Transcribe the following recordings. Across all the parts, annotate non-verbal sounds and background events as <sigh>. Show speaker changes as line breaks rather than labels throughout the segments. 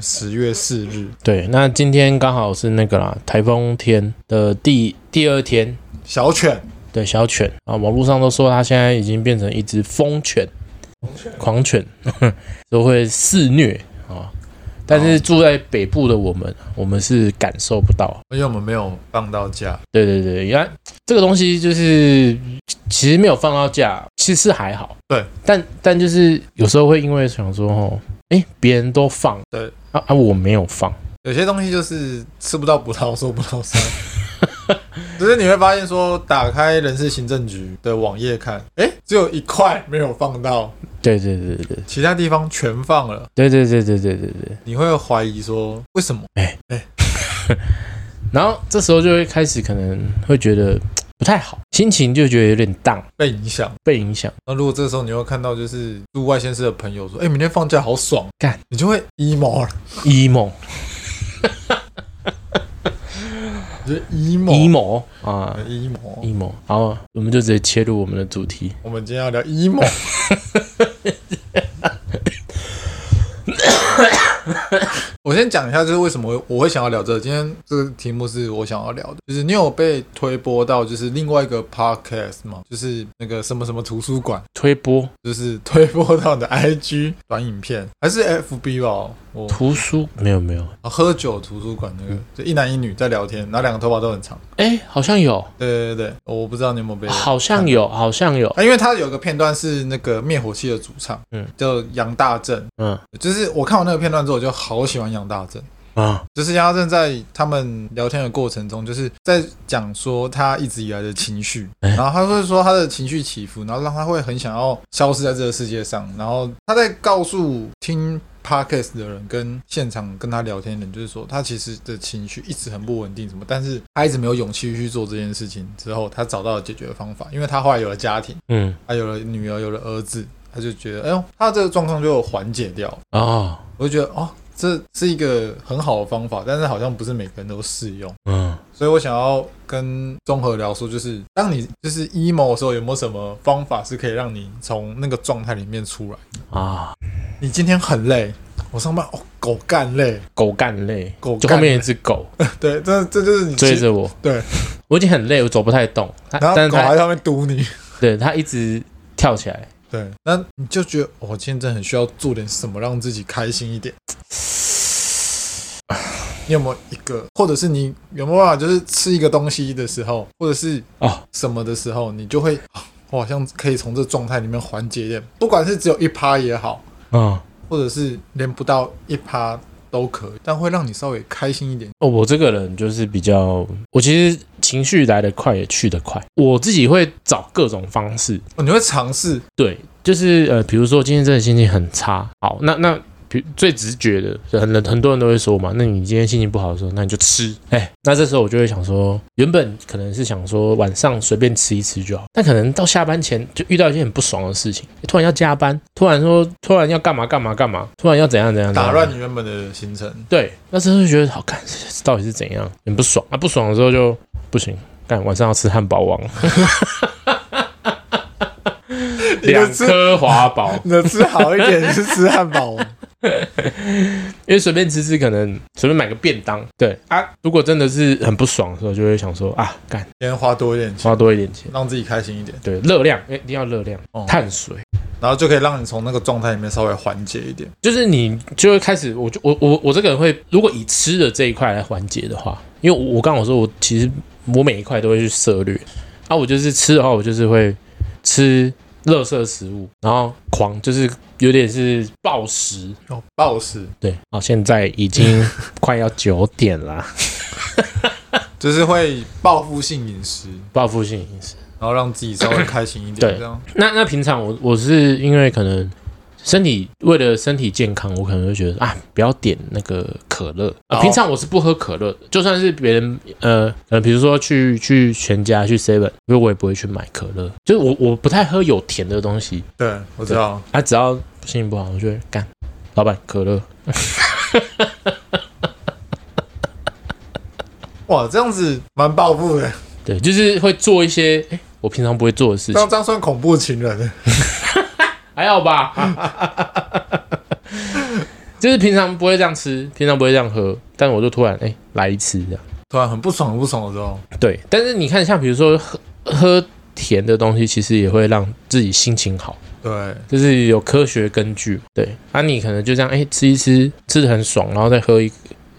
四日，
对，那今天刚好是那个啦，台风天的第第二天，
小犬
对小犬啊，网络上都说它现在已经变成一只疯犬，狂犬，都会肆虐啊。但是住在北部的我们，我们是感受不到。
因为我们没有放到假，
对对对，原来这个东西就是其实没有放到假，其实还好。
对，
但但就是有时候会因为想说哦，哎，别人都放，
对
啊啊，我没有放。
有些东西就是吃不到葡萄说葡萄 <laughs> 酸。只是你会发现说，打开人事行政局的网页看，哎、只有一块没有放到，
对对对对对
其他地方全放了，
对对对对对对对。
你会怀疑说为什么？
然后这时候就会开始可能会觉得不太好，心情就觉得有点荡，
被影响。
被影响。
那如果这时候你又看到就是住外县市的朋友说，哎、明天放假好爽，
干，
你就会 emo 啊了，
emo
你就 emo
emo 啊
哦 emo。
emo，好，我们就直接切入我们的主题。
我们今天要聊 emo，我先讲一下，就是为什么我我会想要聊这个。今天这个题目是我想要聊的，就是你有被推播到就是另外一个 podcast 吗？就是那个什么什么图书馆，
推播
就是推播到你的 <laughs> IG 短影片，还是 FB 吧？我
图书没有没有，
啊喝酒图书馆那个，就一男一女在聊天，然后两个头发都很长。
哎，好像有，
对对对，对我不知道你有没有被
好像有，好像有，
啊，因为他有个片段是那个灭火器的主唱，
嗯
嗯，叫杨大正，
嗯
就是我看完那个片段之后，我就好喜欢杨大正。
啊，
就是杨大正在他们聊天的过程中，就是在讲说他一直以来的情绪，
哎
然后他会说他的情绪起伏，然后让他会很想要消失在这个世界上。然后他在告诉听 podcast 的人跟现场跟他聊天的人，就是说他其实的情绪一直很不稳定，什么，但是他一直没有勇气去做这件事情。之后他找到了解决方法，因为他后来有了家庭。
嗯
他啊有了女儿，有了儿子，他就觉得，哎呦，他这个状况就有缓解掉。
哦，
我就觉得，哦，这是一个很好的方法，但是好像不是每个人都适用。
嗯，
所以我想要跟综合聊说，就是当你就是 emo 的时候，有没有什么方法是可以让你从那个状态里面出来？
啊，
你今天很累，我上班哦，狗干累，
狗干累，
狗
就
干
后面有
累
一只狗
对，这这就是你
追
其
着我，
对，
我已经很累，我走不太动，它
然后
但是
狗还
它
在上面堵你，
对它一直跳起来，
对，那你就觉得我、哦今天真的很需要做点什么让自己开心一点。你有没有一个，或者是你有没有办法，就是吃一个东西的时候，或者是
哦
什么的时候，你就会，啊我好像可以从这状态里面缓解一点，不管是只有一趴也好，
嗯。
或者是连不到一趴都可以，但会让你稍微开心一点。
哦，我这个人就是比较，我其实情绪来得快也去得快，我自己会找各种方式，
哦你会尝试，
对，就是呃，比如说今天真的心情很差，好，那那比最直觉的，很很多人都会说嘛，那你今天心情不好的时候，那你就吃，哎，那这时候我就会想说，原本可能是想说晚上随便吃一吃就好，但可能到下班前就遇到一件很不爽的事情，突然要加班，突然说突然要干嘛干嘛干嘛，突然要怎样怎样，怎样
打乱你原本的行程。
对，那时候就觉得好看，这到底是怎样，很不爽啊！不爽的时候就不行，干晚上要吃汉堡王， <laughs> 两颗华堡，
你的吃好一点是吃汉堡王，
因为随便吃吃可能随便买个便当，对啊。如果真的是很不爽的时候，就会想说啊，干
先花多一点钱，
花多一点钱，
让自己开心一点。
对，热量一定要热量
哦，
碳水。
然后就可以让你从那个状态里面稍微缓解一点。
就是你就会开始，我就我我我这个人会，如果以吃的这一块来缓解的话，因为我我刚好说，我其实我每一块都会去涉略啊，我就是吃的话，我就是会吃垃圾食物，然后狂就是有点是暴食，
哦，暴食
对，好，现在已经快要九点啦，
就是会报复性饮食，
报复性饮食。
然后让自己稍微开心一点，
对
这样
那那平常我我是因为可能。身体为了身体健康，我可能会觉得啊，不要点那个可乐啊。
哦
平常我是不喝可乐的，就算是别人呃呃，比如说去去全家去 Seven，因为我也不会去买可乐，就是我我不太喝有甜的东西
对，我知道。
啊。只要心情不好，我就会干。老板，可乐
哇，这样子蛮报复的，
对，就是会做一些哎、我平常不会做的事
这
情
样，这样算恐怖情人。
还好吧？ <laughs> 就是平常不会这样吃，平常不会这样喝，但我就突然哎、来一次这样。
突然很不爽很不爽的时候，
对，但是你看，像比如说喝喝甜的东西，其实也会让自己心情好，
对，
就是有科学根据。对，啊，你可能就这样哎、吃一吃，吃的很爽，然后再喝一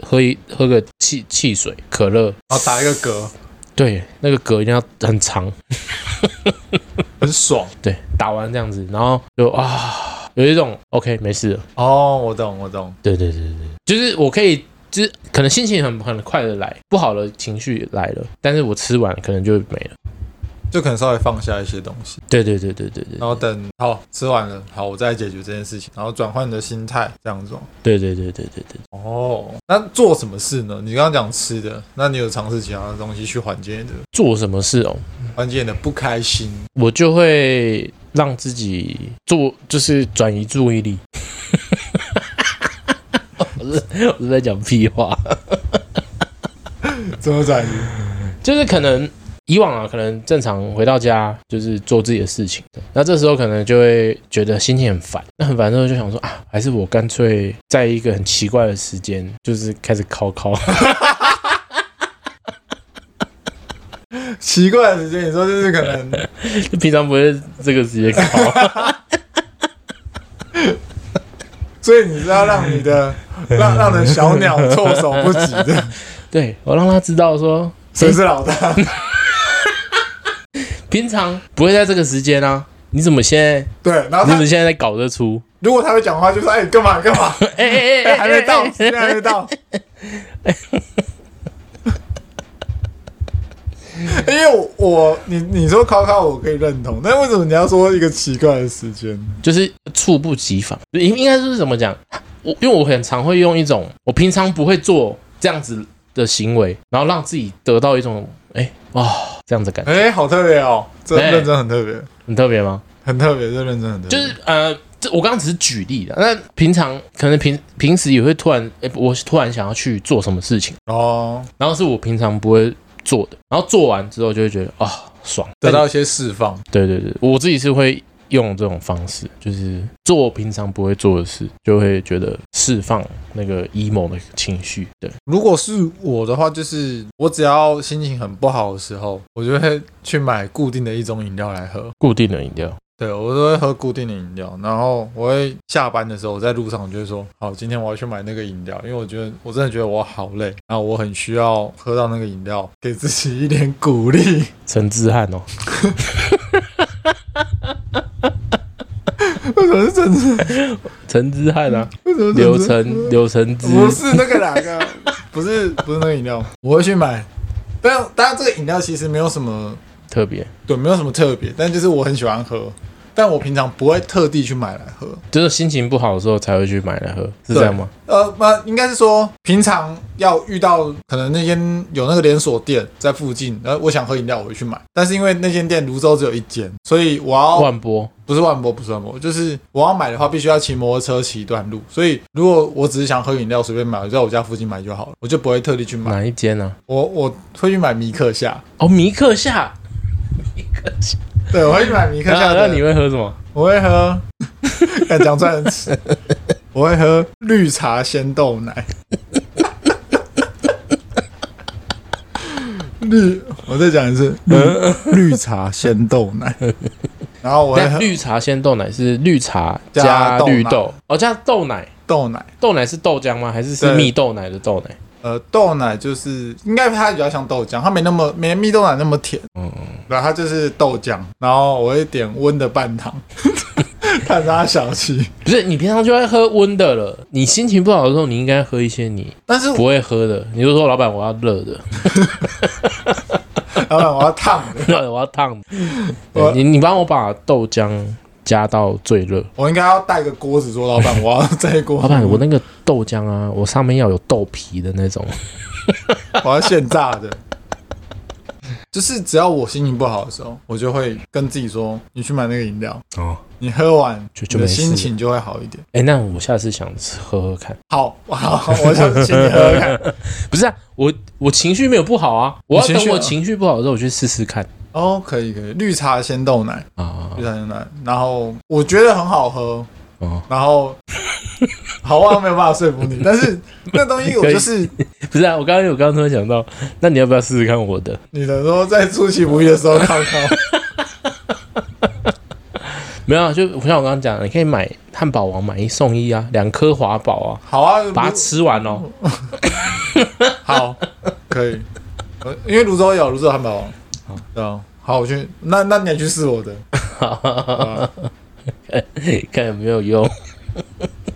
喝一喝个汽汽水、可乐，
然后打一个嗝，
对，那个嗝一定要很长，
很爽。
对，打完这样子，然后就啊，有一种 OK 没事了。
哦，我懂，我懂，
对对对对，对就是我可以，就是可能心情很很快的来，不好的情绪来了，但是我吃完可能就没了。
就可能稍微放下一些东西，
对对对对对对
然后等好吃完了，好，我再解决这件事情，然后转换你的心态，这样子。
对对对对对对。
哦，那做什么事呢？你刚刚讲吃的，那你有尝试其他的东西去缓解你的
做什么事哦，
缓解你的不开心？
我就会让自己做，就是转移注意力。 <laughs> 我是我是在讲屁话，
怎么转移？
就是可能以往啊，可能正常回到家就是做自己的事情，那这时候可能就会觉得心情很烦，那很烦之后就想说啊，还是我干脆在一个很奇怪的时间，就是开始考考。
<laughs> 奇怪的时间，你说就是可能，
<laughs> 平常不会这个时间考，
所以你是要让你 <laughs> 的让让你的小鸟措手不及 <laughs> 的，
对我让他知道说，
谁是老大？
平常不会在这个时间啊，你怎么现在
对，然后
你怎
啊他
么现在在搞这出？
如果他会讲话，就说哎干嘛干 <laughs> 嘛，
哎哎
哎还没到，现在还没 <laughs> 到。因为我我你你说考考我可以认同，但为什么你要说一个奇怪的时间？
就是猝不及防，应应该是怎么讲？我因为我很常会用一种我平常不会做这样子的行为，然后让自己得到一种哎哇、哦这样子的感觉，
哎、好特别哦，这
哎
认真很特别，
很特别吗？
很特别，这认真很特别。
就是呃，这我刚刚只是举例的。那平常可能平平时也会突然哎，我突然想要去做什么事情，
哦，
然后是我平常不会做的，然后做完之后就会觉得啊、爽，
得到一些释放。
对对对，我自己是会用这种方式，就是做我平常不会做的事，就会觉得释放那个 emo 的情绪。对，
如果是我的话，就是我只要心情很不好的时候，我就会去买固定的一种饮料来喝。
固定的饮料。
对，我都会喝固定的饮料，然后我会下班的时候，我在路上我就会说，好，今天我要去买那个饮料，因为我觉得我真的觉得我好累，然后我很需要喝到那个饮料，给自己一点鼓励。
陈志汉哦，
为什么是真的？
陈志汉啊，
为什么是真
刘
的
成刘成之，
不是那个哪个，不是不是那个饮料，我会去买。但当然，这个饮料其实没有什么，
特别
对，没有什么特别，但就是我很喜欢喝，但我平常不会特地去买来喝。
就是心情不好的时候才会去买来喝，是这样吗？
呃，那应该是说，平常要遇到可能那间有那个连锁店在附近，然后我想喝饮料，我会去买。但是因为那间店泸州只有一间，所以我要
万波
不是万博，不是万博，就是我要买的话，必须要骑摩托车骑一段路。所以如果我只是想喝饮料，随便买，我在我家附近买就好了，我就不会特地去买。
哪一间啊？
我我会去买米克夏，
哦，米克夏。
对，我会去买米克
然
夏
后
的。
那你会喝什么？
我会喝， <laughs> 敢讲出来很耻。我会喝绿茶鲜豆奶。 <laughs> 绿，我再讲一次，
<laughs>
绿绿茶鲜豆奶。然后我会
但
喝
绿茶鲜豆奶是绿茶
加
加
豆奶
绿豆，哦，加豆奶。
豆奶，
豆奶是豆浆吗？还是是
对
蜜豆奶的豆奶？
呃，豆奶就是应该它比较像豆浆，它没那么没蜜豆奶那么甜，
嗯，
然后它就是豆浆，然后我会点温的半糖， <laughs> 看它小气。
不是，你平常就爱喝温的了。你心情不好的时候，你应该喝一些你
但是
不会喝的。你就说老板，我要热
<laughs>
的， <laughs>
老板，我要烫的，
老板我要烫的。
我
对你你帮我把豆浆加到最热。
我应该要带个锅子说，老板，我要这一锅。
老板，我那个豆浆啊，我上面要有豆皮的那种。
<laughs> 我要现炸的。就是只要我心情不好的时候，我就会跟自己说：“你去买那个饮料，
哦，
你喝完，
就就
你
没
的
事
心情就会好一点。
<laughs> 哎，那我下次想喝喝看。”
好， <laughs> 好，我想请你喝喝
<laughs>
看。
不是啊，我我情绪没有不好啊，我要
你情绪
等我
啊
情绪不好的时候，我去试试看
哦，可以，可以，绿茶鲜豆奶，
啊。
绿茶鲜豆奶，然后我觉得很好喝， <laughs>
哦，
然后好啊，没有办法说服你，但是那东西我就是
不是啊，我刚刚我刚刚突然想到，那你要不要试试看我的？
你能说在出其不意的时候看看，
没有、啊，就像我刚刚讲的，你可以买汉堡王买一送一啊，两颗华堡啊，
好啊，
把它吃完哦。
好，可以，呃因为泸州有泸州汉堡王，对啊，好，我去，那那你也去试我的，啊
看有没有用。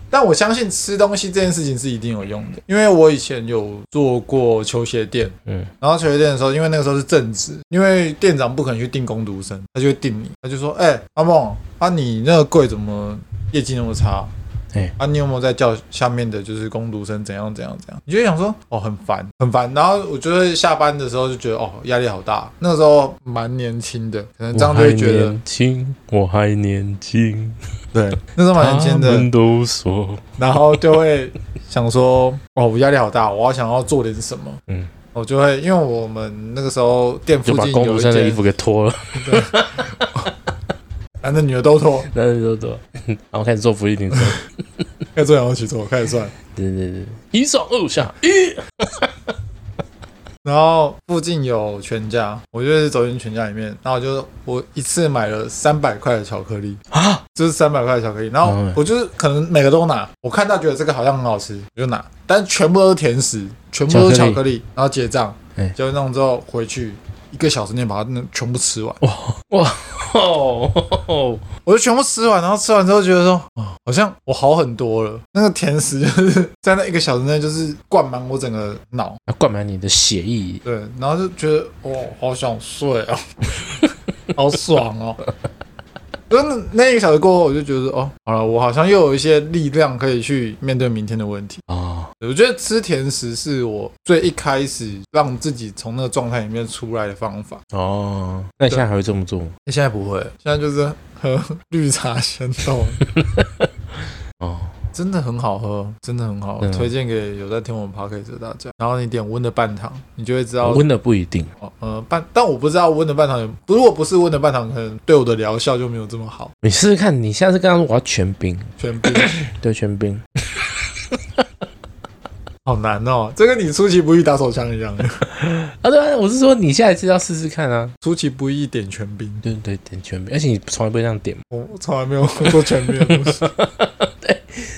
但我相信吃东西这件事情是一定有用的，因为我以前有做过球鞋店，
嗯，
然后球鞋店的时候，因为那个时候是正职，因为店长不可能去定工读生，他就会定你，他就说，哎、阿梦啊，你那个柜怎么业绩那么差？
哎
啊，你有没有在叫下面的就是工读生怎样怎样怎样？你就会想说，哦，很烦，很烦。然后我就会下班的时候就觉得，哦，压力好大。那个时候蛮年轻的，可能这样就会觉
我还
得，
年轻，我还年轻，
对，那时候蛮年轻的
他，们都说
然后就会想说， <laughs> 哦，我压力好大，我要想要做点什么。
嗯
嗯，我就会因为我们那个时候店附
就把
近
公
有
主
一
生的衣
间
服，给脱了，
男啊的女的都脱，
男人都脱， <laughs> 然后开始做福利挺身，
开始做仰卧起坐，开始算。
对对对，一上二下，一
然后附近有全家，我就是走进全家里面，然后我就我一次买了三百块的巧克力
啊，
就是三百块的巧克力，然后
嗯
我就是可能每个都拿，我看到觉得这个好像很好吃，我就拿，但全部都是甜食，全部都是巧
巧克力
克力，然后结账
哎，
就弄之后回去一个小时内把它那全部吃完。
哇哦， <laughs>
我就全部吃完，然后吃完之后觉得说，啊，好像我好很多了。那个甜食就是在那一个小时内就是灌满我整个脑，
要灌满你的血液，
对，然后就觉得哇，好想睡哦， <laughs> 好爽哦。真的，那一个小时过后，我就觉得哦，好了，我好像又有一些力量可以去面对明天的问题。
啊，
我觉得吃甜食是我最一开始让自己从那个状态里面出来的方法。
哦，那你现在还会这么做吗？
现在不会，现在就是喝 <laughs> 绿茶鲜豆。
哦，
真的很好喝，真的很好喝，
真的
推荐给有在听我们 podcast 的大家。然后你点温的半糖，你就会知道，
温的不一定，
哦呃，半，但我不知道温的半糖有，如果不是温的半糖，可能对我的疗效就没有这么好。
你试试看，你下次跟他说我要全冰，
全 <laughs> 冰
对，全冰，
好难哦，这跟你出其不意打手枪一 <laughs> 样，
啊，对啊，我是说你下一次要试试看啊，
出其不意点全冰，
对对，点全冰，而且你从来不会这样点嘛，
我我从来没有做全冰的东西。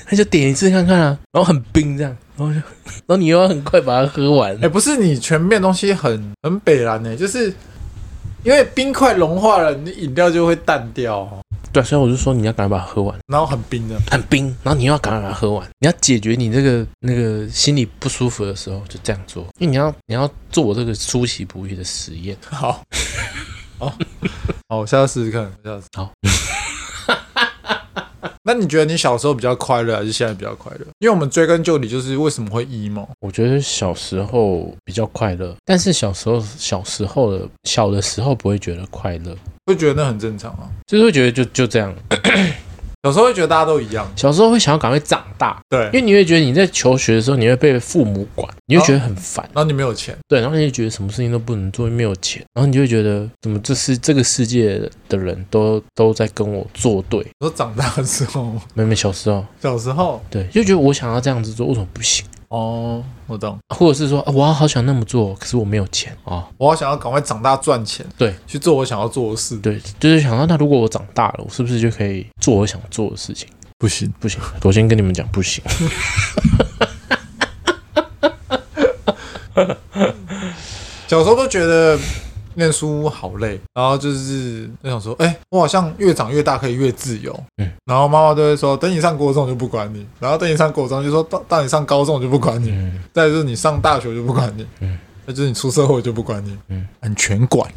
那就点一次看看啊，然后很冰这样，然后就， <laughs> 然后你又要很快把它喝完
<laughs> 哎、，不是你全面东西很很北蓝呢、就是因为冰块融化了，你饮料就会淡掉、哦，
对啊，所以我就说你要赶快把它喝完，
然后很冰的。
很冰，然后你又要赶快把它喝完，你要解决你这个那个心里不舒服的时候就这样做，因为你要你要做我这个出其不意的实验，
好， <laughs> 好，好，我下次试试看，我下次。
好。
<laughs> 那你觉得你小时候比较快乐，还是现在比较快乐？因为我们追根究底，就是为什么会 emo？
我觉得小时候比较快乐，但是小时候小时候的小的时候不会觉得快乐，
会觉得那很正常啊。
就是会觉得就就这样，
小时候会觉得大家都一样，
小时候会想要赶快长大，
对
因。为你会觉得你在求学的时候，你会被父母管，你会觉得很烦，
然后你没有钱，
对，然后你就觉得什么事情都不能做，没有钱，然后你就会觉得怎么这是这个世界的人都都在跟我作对。
我说长大的时候，
妹妹小时候，
小时候
对，就觉得我想要这样子做，为什么不行？
哦，我懂。
或者是说，啊、我好想那么做，可是我没有钱啊、
我好想要赶快长大赚钱，
对，
去做我想要做的事。
对，就是想到，那如果我长大了，我是不是就可以做我想做的事情？
不行，
不行，我先跟你们讲，不行。 <laughs>
小时候都觉得念书好累，然后就是就想说，哎、我好像越长越大可以越自由。
嗯，
然后妈妈都会说，等你上国中我就不管你，然后等你上国中就说到到你上高中我就不管你，
嗯
再就是你上大学我就不管你，
嗯，
再就是你出社会我就不管你，
嗯，
俺全管。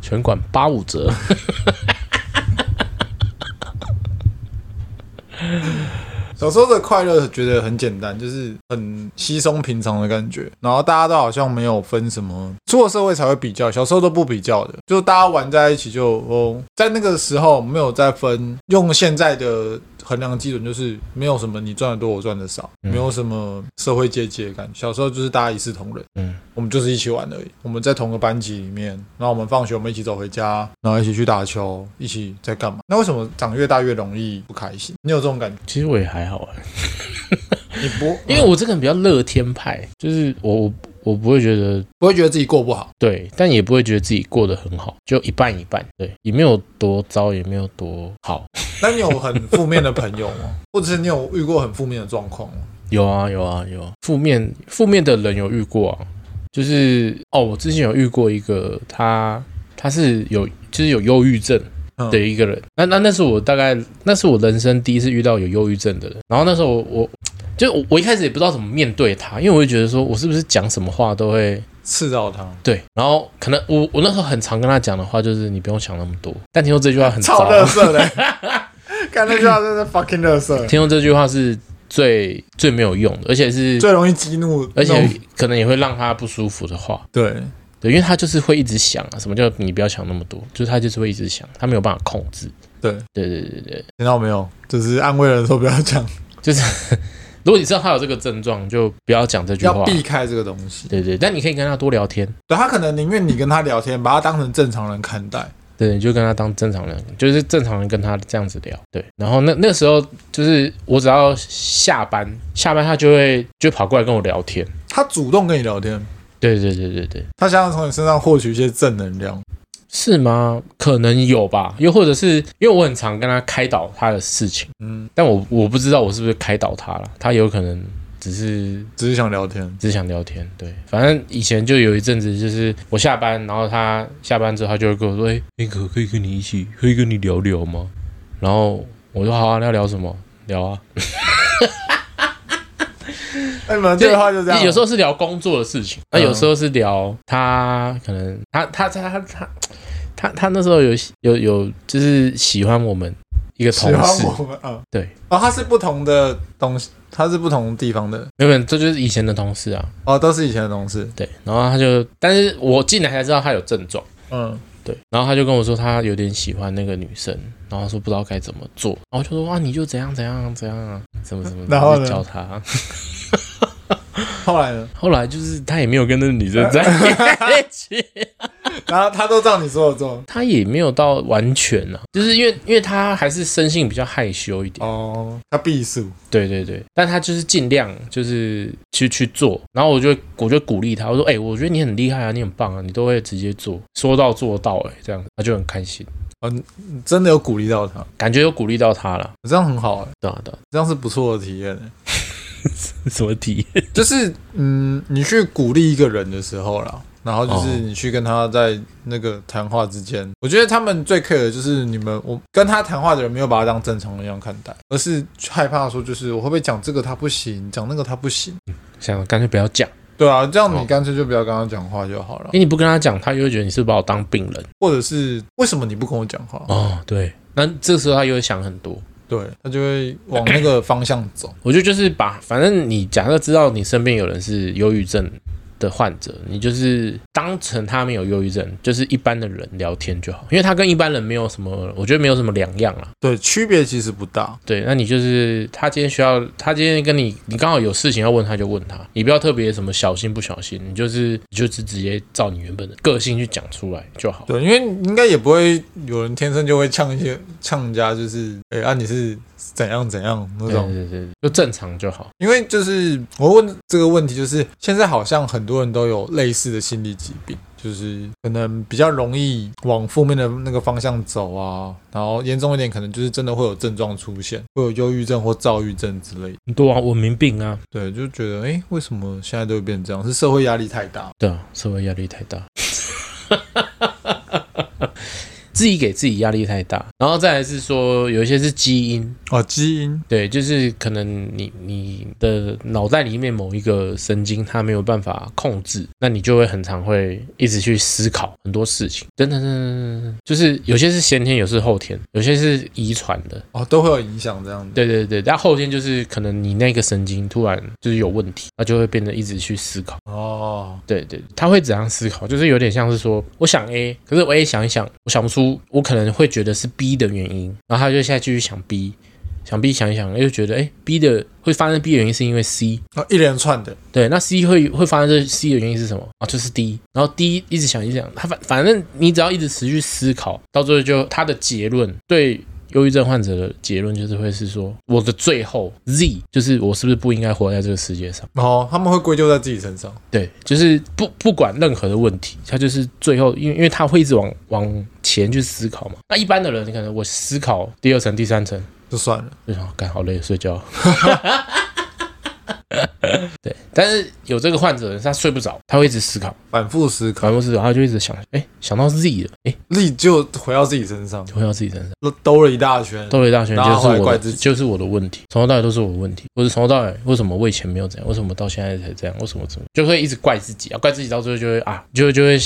全馆八五折。
小小时候的快乐觉得很简单，就是很稀松平常的感觉，然后大家都好像没有分什么，出了社会才会比较，小时候都不比较的，就大家玩在一起就哦，在那个时候没有再分，用现在的衡量基准就是没有什么你赚的多我赚的少，
嗯
没有什么社会阶级的感觉，小时候就是大家一视同仁，
嗯，
我们就是一起玩而已，我们在同个班级里面，然后我们放学我们一起走回家，然后一起去打球，一起在干嘛？那为什么长越大越容易不开心？你有这种感觉？
其实我也还好啊，
你 <laughs> 不，嗯
因为我这个人比较乐天派，就是我我我不会觉得
不会觉得自己过不好，
对，但也不会觉得自己过得很好，就一半一半，对，也没有多糟，也没有多好。
那你有很负面的朋友吗？ <laughs> 或者是你有遇过很负面的状况吗？
有啊有啊有啊，负面负面的人有遇过啊，就是哦，我之前有遇过一个他他是有就是有忧郁症。
嗯
的，一个人。那那那是我大概那是我人生第一次遇到有忧郁症的人。然后那时候我我就我我一开始也不知道怎么面对他，因为我就觉得说我是不是讲什么话都会
刺到他，
对，然后可能我我那时候很常跟他讲的话就是你不用想那么多，但听说这句话很
超
糟，
乐色 <laughs> 的，看那句话真的是 fucking 乐 <laughs> 色，
听说这句话是最最没有用的，而且是
最容易激怒，
而且可能也会让他不舒服的话。
对，
对，因为他就是会一直想啊，什么叫你不要想那么多，就是他就是会一直想，他没有办法控制。
对
对对对对对，
听到没有？就是安慰人的时候不要讲，
如果你知道他有这个症状，就不要讲这句话
要，避开这个东西。
对对，但你可以跟他多聊天，
对他可能宁愿你跟他聊天，把他当成正常人看待。
对，你就跟他当正常人，就是正常人跟他这样子聊，对。然后那那时候就是我只要下班，下班他就会就跑过来跟我聊天，
他主动跟你聊天，
对对对对对，
他想要从你身上获取一些正能量。
是吗？可能有吧，又或者是因为我很常跟他开导他的事情，
嗯，
但我我不知道我是不是开导他了，他有可能只是
只是想聊天。
只想聊天，对，反正以前就有一阵子，就是我下班，然后他下班之后，他就会跟我说：“哎、那个可以跟你一起，可以跟你聊聊吗？”然后我说：“好啊，那要聊什么？聊啊。
那哎你们对话就这样。
有时候是聊工作的事情，那、
嗯
有时候是聊他可能他他他他他他他那时候有有有就是喜欢我们一个同
喜欢
事，
我们，嗯，
对。
哦，他是不同的东西，他是不同地方的。
原本这就是以前的同事啊，
哦，都是以前的同事。
对，然后他就，但是我进来才知道他有症状。
嗯，
对，然后他就跟我说他有点喜欢那个女生，然后说不知道该怎么做，然后我就说啊你就怎样怎样怎样啊，怎么怎么，
然后呢
就教他。
后来呢？
后来就是他也没有跟那个女生在一
<laughs>
起，
然后他都照你说的做。
他也没有到完全啊，就是因为因为他还是生性比较害羞一点，
哦，他避暑。
对对对，但他就是尽量就是去去做，然后我就我就鼓励他，我说哎、我觉得你很厉害啊，你很棒啊，你都会直接做，说到做到哎、这样他就很开心，
你真的有鼓励到他，
感觉有鼓励到他了，
这样很好、欸，
对啊
<laughs>
对啊，
这样是不错的体验、欸。
什么体验？
就是，嗯，你去鼓励一个人的时候啦，然后就是
哦
你去跟他在那个谈话之间，我觉得他们最 care 的就是你们，我跟他谈话的人没有把他当正常人一样看待，而是害怕说，就是我会不会讲这个他不行，讲那个他不行。
想干脆不要讲。
对啊，这样你
哦
干脆就不要跟他讲话就好了
因，为你不跟他讲，他又会觉得你是把我当病人。
或者是为什么你不跟我讲话？
哦，对，那这时候他又会想很多。
对他就会往那个方向走。
我觉得就是把，反正你假设知道你身边有人是忧郁症的患者，你就是当成他没有忧郁症，就是一般的人聊天就好，因为他跟一般人没有什么，我觉得没有什么两样啦。
<laughs> 对，区别其实不大。
对，那你就是他今天需要，他今天跟你，你刚好有事情要问他就问他，你不要特别什么小心不小心，你就是你就是直接照你原本的个性去讲出来就好。
对，因为应该也不会有人天生就会呛一些呛人家，就是哎、啊你是怎样怎样那
对
种。
对对，对就正常就好。
因为就是我问这个问题，就是现在好像很多人都有类似的心理疾病，就是可能比较容易往负面的那个方向走啊，然后严重一点可能就是真的会有症状出现，会有忧郁症或躁郁症之类的。
很多啊，文明病啊，
对，就觉得哎、诶为什么现在都会变成这样？是社会压力太大？
对啊，社会压力太大。 <laughs> 自己给自己压力太大，然后再来是说有一些是基因，
哦，基因
对，就是可能你你的脑袋里面某一个神经它没有办法控制，那你就会很常会一直去思考很多事情，等等等等等等，就是有些是先天，有些是后天，有些是遗传的，
哦都会有影响这样子。
对对对，但后天就是可能你那个神经突然就是有问题，那就会变得一直去思考。
哦，
对对，他会怎样思考？就是有点像是说，我想 A，可是我 A 想一想，我想不出，我可能会觉得是 B 的原因，然后他就下去想 B，想 B 想一想，又觉得哎 B 的会发生 B 的原因是因为 C，
那哦一连串的
对，那 C 会会发生这 C 的原因是什么啊？就是 D，然后 D 一直想一直想，他反反正你只要一直持续思考，到最后就他的结论对。忧郁症患者的结论就是会是说，我的最后 Z 就是我是不是不应该活在这个世界上？
哦，他们会归咎在自己身上。
对，就是不不管任何的问题，他就是最后，因为因为他会一直往往前去思考嘛。那一般的人，可能我思考第二层、第三层，
就算了，
就想干好累，睡觉。 <laughs> 对，但是有这个患者，他睡不着，他会一直思考，
反复思考，
反复思考，他就一直想，哎，想到 Z 了，哎，
力就回到自己身上，
回到自己身上。
都兜了一大圈。
兜了一大圈，
然后
就是
后来
我
怪
的
自己
就是我的问题，从头到尾都是我的问题，或者从头到尾为什么我以前没有这样，为什么到现在才这样，为什么怎么就会一直怪自己啊，怪自己到最后就会啊，就就会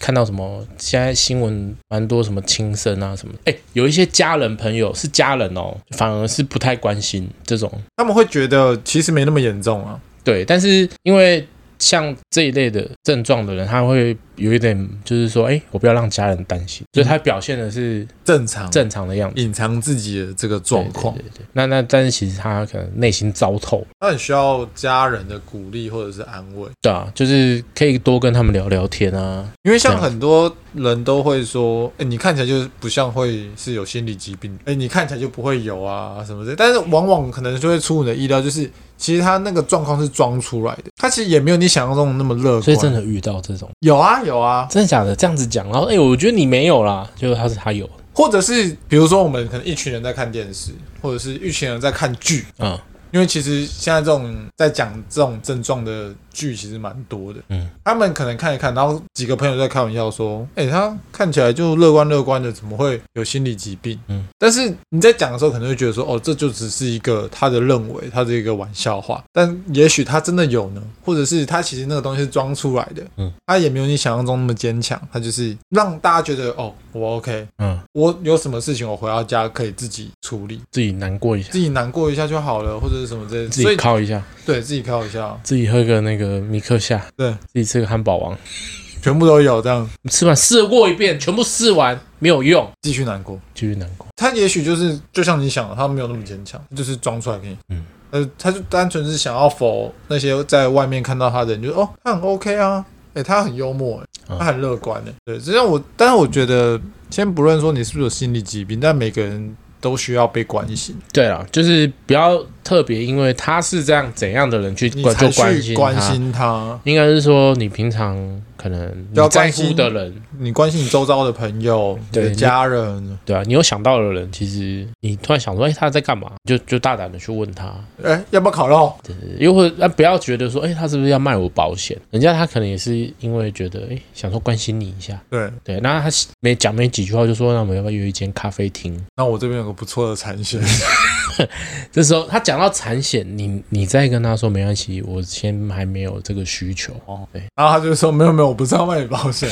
看到什么现在新闻蛮多什么轻生啊什么，哎，有一些家人朋友是家人哦，反而是不太关心这种，
他们会觉得其实没那么严重啊。
对，但是因为。像这一类的症状的人，他会有一点，就是说，哎、我不要让家人担心，所以他表现的是
正常，
正常的样子。
隐藏自己的这个状况
对，对对对那那但是其实他可能内心糟透，
他很需要家人的鼓励或者是安慰，
对啊，就是可以多跟他们聊聊天啊。
因为像
这样
很多人都会说，哎、你看起来就是不像会是有心理疾病，哎、你看起来就不会有啊什么的，但是往往可能就会出你的意料，就是其实他那个状况是装出来的，他其实也没有你想象中的那么乐观，
所以真的遇到这种，
有啊有啊，
真的假的？这样子讲，然后哎、我觉得你没有啦，结果他是他有，
或者是比如说我们可能一群人在看电视，或者是一群人在看剧，
嗯，
因为其实现在这种在讲这种症状的剧其实蛮多的，
嗯，
他们可能看一看，然后几个朋友在开玩笑说，哎、他看起来就乐观乐观的，怎么会有心理疾病？
嗯，
但是你在讲的时候，可能会觉得说，哦，这就只是一个他的认为，他的一个玩笑话，但也许他真的有呢，或者是他其实那个东西是装出来的，
嗯，
他也没有你想象中那么坚强，他就是让大家觉得，哦，我 OK，
嗯，
我有什么事情我回到家可以自己处理，
自己难过一下
自，己难过一下就好了，或者是什么之类的，
自
所
己
以
靠一下，
对自己靠一下，
自己喝个那个米克夏，
对，
自己吃个汉堡王，
全部都有这样，
吃完试过一遍，全部试完没有用，
继续难过。
继续难过。
他也许就是就像你想的，他没有那么坚强，就是装出来给你。
嗯，
呃，他就单纯是想要否那些在外面看到他的人，就说哦，他很 OK 啊，诶、他很幽默、诶
嗯
他很乐观的、对，只是我，但是我觉得，先不论说你是不是有心理疾病，但每个人都需要被关心，
对啊，就是不要特别因为他是这样怎样的人去
你
关
才
就关
去
心
关
他
心他，
应该是说你平常可能
就要
你在
关心
乎的人，
你关心你周遭的朋友、你
对
的
你
家人，
对啊，你有想到的人，其实你突然想说，哎、他在干嘛？就就大胆的去问他，
哎、要不要烤肉？
又或者啊，不要觉得说，哎、他是不是要卖我保险？人家他可能也是因为觉得，哎、想说关心你一下，
对，
对，那他没讲没几句话就说，那我们要不要约一间咖啡厅？ <laughs>
那我这边有个不错的产险，
这时候他讲到产险，你你再跟他说没关系，我先还没有这个需求哦，对，
然后他就说没有没有，我不是要卖你保险，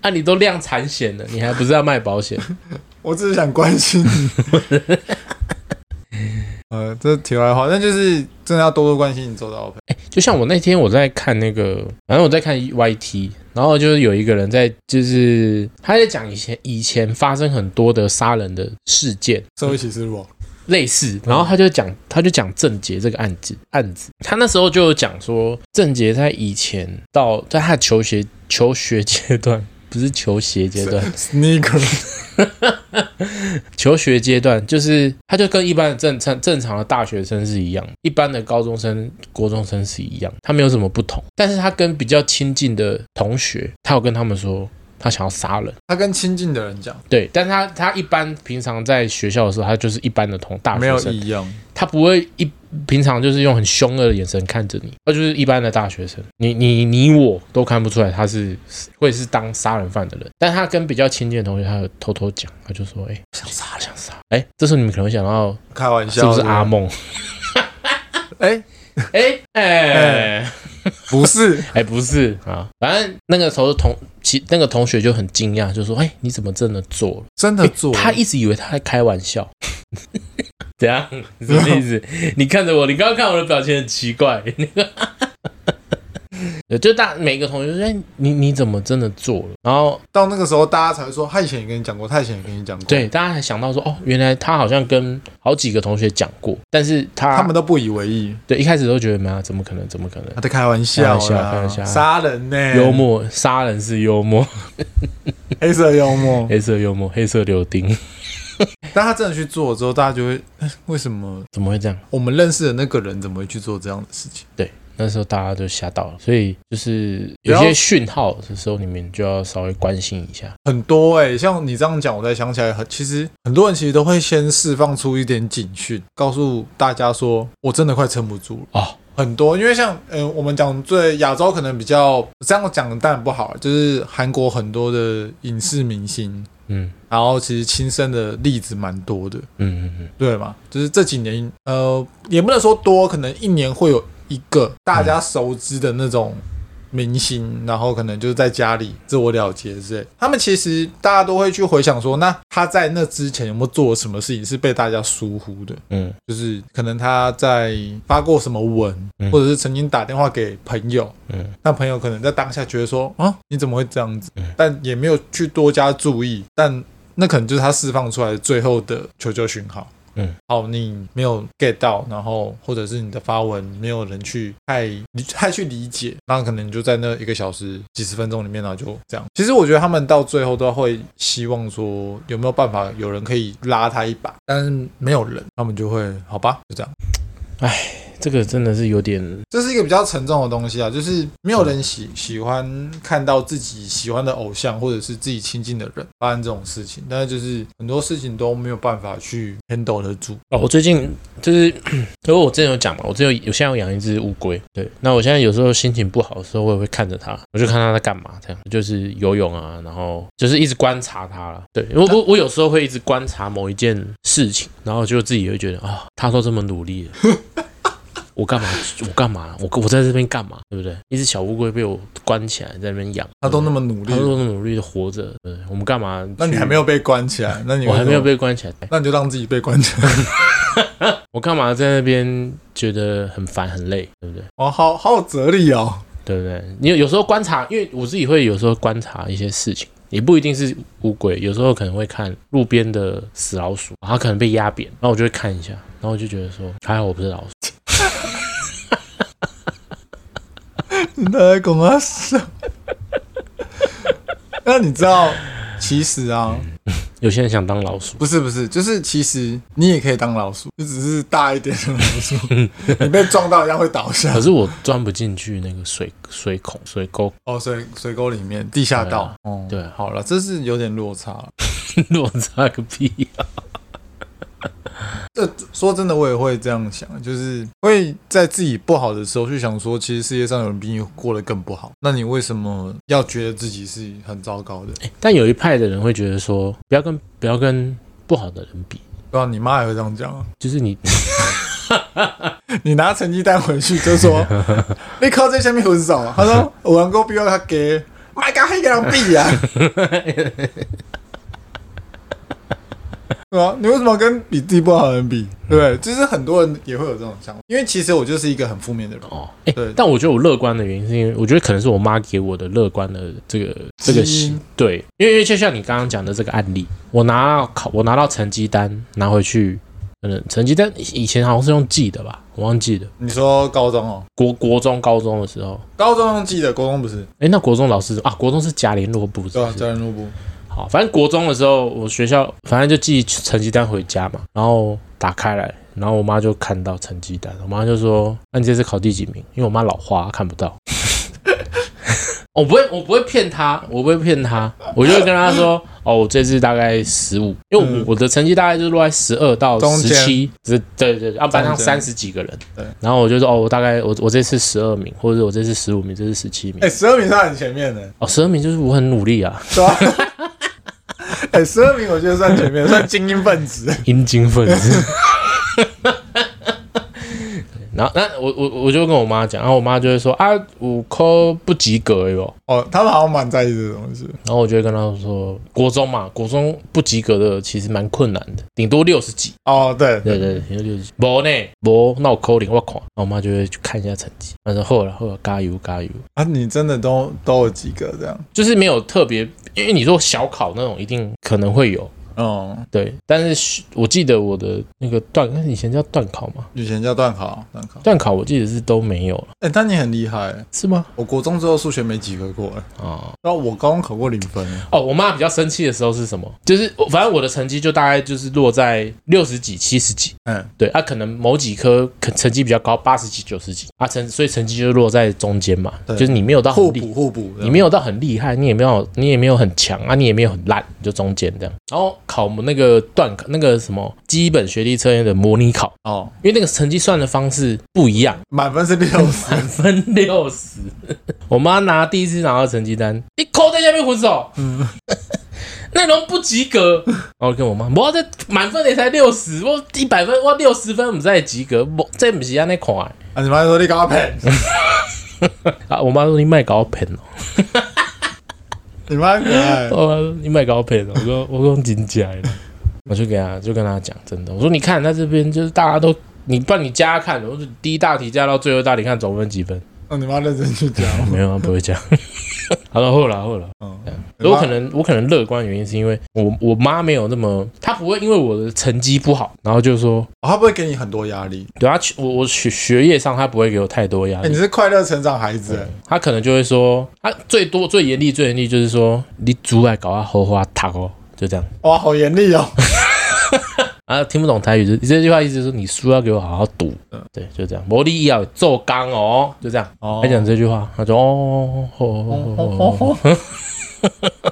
啊，你都量产险了，你还不是要卖保险？
我只是想关心你。呃，这题外话，但就是真的要多多关心你周遭的朋友。
就像我那天我在看那个，反正我在看 YT，然后就是有一个人在，就是他在讲以前以前发生很多的杀人的事件
社会歧视我，
类似，然后他就讲他就讲郑杰这个案子案子，他那时候就有讲说郑杰在以前到在他的求学求学阶段。不是求学阶段，
sneaker <laughs>
求学阶段就是，他就跟一般的正常正常的大学生是一样，一般的高中生、国中生是一样，他没有什么不同。但是他跟比较亲近的同学，他有跟他们说他想要杀人，
他跟亲近的人讲
对，但啊他他一般平常在学校的时候，他就是一般的同大
没
学
有
生，
异样，
他不会一平常就是用很凶恶的眼神看着你，那就是一般的大学生，你你你我都看不出来他是会是当杀人犯的人，但他跟比较亲近的同学，他有偷偷讲，他就说，哎、想杀了想杀了，哎、这时候你们可能会想到
开玩笑
是不是阿？梦？
哎、
<laughs> 哎哎
不是，
哎，不是啊，反正那个时候同其那个同学就很惊讶，就说，哎、你怎么真的做了？
真的做了、
哎他一直以为他在开玩笑。 <laughs> 怎样？你什么意思？你看着我，你刚刚看我的表情很奇怪。 <laughs> 那个对，就大每个同学说：“哎，你你怎么真的做了？”然后
到那个时候，大家才会说他以前也跟你讲过，他以前也跟你讲过，
对大家还想到说：“哦，原来他好像跟好几个同学讲过，但是他
他们都不以为意，
对一开始都觉得嘛，怎么可能？怎么可能？
他在开玩笑
开玩笑开
啦
玩，笑
杀人呢、
幽，默杀人是幽默，
黑色幽
<laughs>
默。
黑色幽默，黑色柳丁，
但他真的去做了之后，大家就会，哎为什么
怎么会这样？”
我们认识的那个人怎么会去做这样的事情？
对，那时候大家就吓到了，所以就是有
不
些
要
讯号的时候，你们就要稍微关心一下。
很多哎、像你这样讲，我才想起来很，其实很多人其实都会先释放出一点警讯，告诉大家说，我真的快撑不住了。
哦，
很多，因为像呃，我们讲最亚洲可能比较这样讲，当然不好，就是韩国很多的影视明星，
嗯
然后其实亲身的例子蛮多的，
嗯嗯嗯，
对嘛？就是这几年呃，也不能说多，可能一年会有一个大家熟知的那种。明星，然后可能就是在家里自我了结之类。他们其实大家都会去回想说，那他在那之前有没有做什么事情是被大家疏忽的？
嗯，
就是可能他在发过什么文，
嗯
或者是曾经打电话给朋友，
嗯，
那朋友可能在当下觉得说啊，你怎么会这样子？
嗯
但也没有去多加注意，但那可能就是他释放出来的最后的求救讯号。
嗯，
好，你没有 get 到，然后或者是你的发文没有人去太理太去理解，那可能你就在那一个小时几十分钟里面，然后就这样。其实我觉得他们到最后都会希望说有没有办法有人可以拉他一把，但是没有人，他们就会好吧，就这样。
这个真的是有点，
这是一个比较沉重的东西啊，就是没有人喜喜欢看到自己喜欢的偶像或者是自己亲近的人发生这种事情，但是就是很多事情都没有办法去 handle 得住。
哦，我最近就是， <clears throat> 因为我之前有讲嘛，我之前有我现在有养一只乌龟，对，那我现在有时候心情不好的时候，我也会看着它，我就看它在干嘛，这样就是游泳啊，然后就是一直观察它了，对，因为我我有时候会一直观察某一件事情，然后就自己也会觉得啊，它都这么努力了。 <laughs> 我干嘛？我干嘛？我我在这边干嘛？对不对？一只小乌龟被我关起来，在那边养，
他都那么努力
他，都那么努力的活着，对，我们干嘛？
那你还没有被关起来，那你
我还没有
为什么，
被关起来，
那你就让自己被关起来。 <laughs>
我干嘛在那边觉得很烦很累，对不对？
哦，好好有哲理哦。 <laughs>
对不对？你有有时候观察，因为我自己会有时候观察一些事情，也不一定是乌龟，有时候可能会看路边的死老鼠，它可能被压扁，然后我就会看一下，然后我就觉得说，还好我不是老鼠。
你在干嘛笑？那你知道，其实啊，
有些人想当老鼠，
不是不是，就是其实你也可以当老鼠，就只是大一点的老
<laughs>
鼠，你被撞到一样会倒下
可。是我钻不进去那个水水孔、水沟， <laughs>
哦，水水沟里面地下道。哦，
对啊
好了，这是有点落差了。
落差个屁、啊！
这呃说真的，我也会这样想，就是会在自己不好的时候去想说，其实世界上有人比你过得更不好，那你为什么要觉得自己是很糟糕的？
但有一派的人会觉得说，不要跟不要跟不好的人比，
对啊，你妈也会这样讲啊。
就是你
你拿成绩单回去就
<laughs>
说，你考这下面分手啊？他说我能够比我他给，买个黑给人比啊。 <laughs> 对啊，你为什么跟比自己不好的人比？对不对，就是很多人也会有这种想法，因为其实我就是一个很负面的人，
哦，哎、
对
但我觉得我乐观的原因是因为，我觉得可能是我妈给我的乐观的这个这个
基因
习对，因为因为就像你刚刚讲的这个案例，我拿到考我拿到成绩单拿回去，可能成绩单以以前好像是用记的吧，我忘记了，
你说高中哦，
国国中高中的时候，
高中用记得，高中不是？
哎、那国中老师啊，国中是假联络部是
对
不
啊，
是？
教人入部。
好，反正国中的时候，我学校反正就寄成绩单回家嘛，然后打开来，然后我妈就看到成绩单，我妈就说：“那、你这次考第几名？”因为我妈老花看不到。 <laughs> 我不会，我不会骗她，我不会骗她，我就会跟她说：“哦，我这次大概十五，因为我、
嗯
我的成绩大概就是落在十二到
中
十
间
七，是对对对，啊，班
中
上
间
三十几个人，
对，
然后我就说哦，我大概我我这次十二名，或者我这次十五名，这次十七名，
哎，十二名算很前面的，
哦，十二名就是我很努力啊，
对吧？ <laughs> 哎，十二名我觉得算前面，算精英分子。
阴茎分子。 <laughs> 然后那我我我就跟我妈讲，然后我妈就会说啊五科不及格哟，
哦，他们好像蛮在意这个东西。
然后我就会跟她说国中嘛，国中不及格的其实蛮困难的，顶多六十几，
哦，对，
对对，顶多六十几，没呢没，那我扣零我垮，然后我妈就会去看一下成绩，她说后来后来加油加油，
啊，你真的都都有几个这样？
就是没有特别，因为你说小考那种一定可能会有，
哦，
对，但是我记得我的那个段，那以前叫段考嘛，
以前叫段考，段考。
段考我记得是都没有了，
哎、但你很厉害欸，
是吗？
我国中之后数学没及格过欸，
哦
然后我高中考过零分欸。
哦，我妈比较生气的时候是什么？就是我反正我的成绩就大概就是落在六十几、七十几，
嗯，
对，啊，可能某几科可成绩比较高，八十几、九十几，啊成所以成绩就落在中间嘛，
对
就是你没有到很
互
嗯厉，
补互补，
你没有到很厉害，你也没有你也没有很强啊，你也没有很烂，你就中间这样。然后考我们那个段考那个什么基本学历测验的模拟考，
哦，
因为那个成绩算的方式不一样，
满分是六
<laughs>
十，
满分六十。 <laughs> 我妈拿第一次拿到成绩单，你扣在下面混手， <laughs> 内容不及格。然后跟我妈，我这满分也才六十，我一百分，我六十分，我们才及格，我这不是安尼看的。
啊，你妈说你搞骗，
啊，我妈说你卖搞骗哦，
你妈可
<laughs>
爱，
我妈说你卖搞骗哦，我说我说真假的，我就给她就跟她讲真的，我说你看在这边就是大家都。你帮你加看，我说第一大题加到最后一大题，看总分几分？
那哦你妈认真去讲，
没有啊，不会加。 <laughs> 好了，后来后来，
嗯，你
我
妈
可能我可能乐观的原因是因为我我妈没有那么，她不会因为我的成绩不好，然后就说
哦她不会给你很多压力，
对啊她我我学学业上她不会给我太多压
哎，你
力，
是快乐成长孩子欸，
她可能就会说她最多最严厉最严厉就是说你阻碍搞啊后花塔哦，就这样
哇，好严厉哦，
啊听不懂台语就这句话意思就是你书要给我好好读，对就这样，魔力要做刚哦，就这样，
嗯哦
她讲这句话，她说哦哦哦哦哦哦，
<laughs>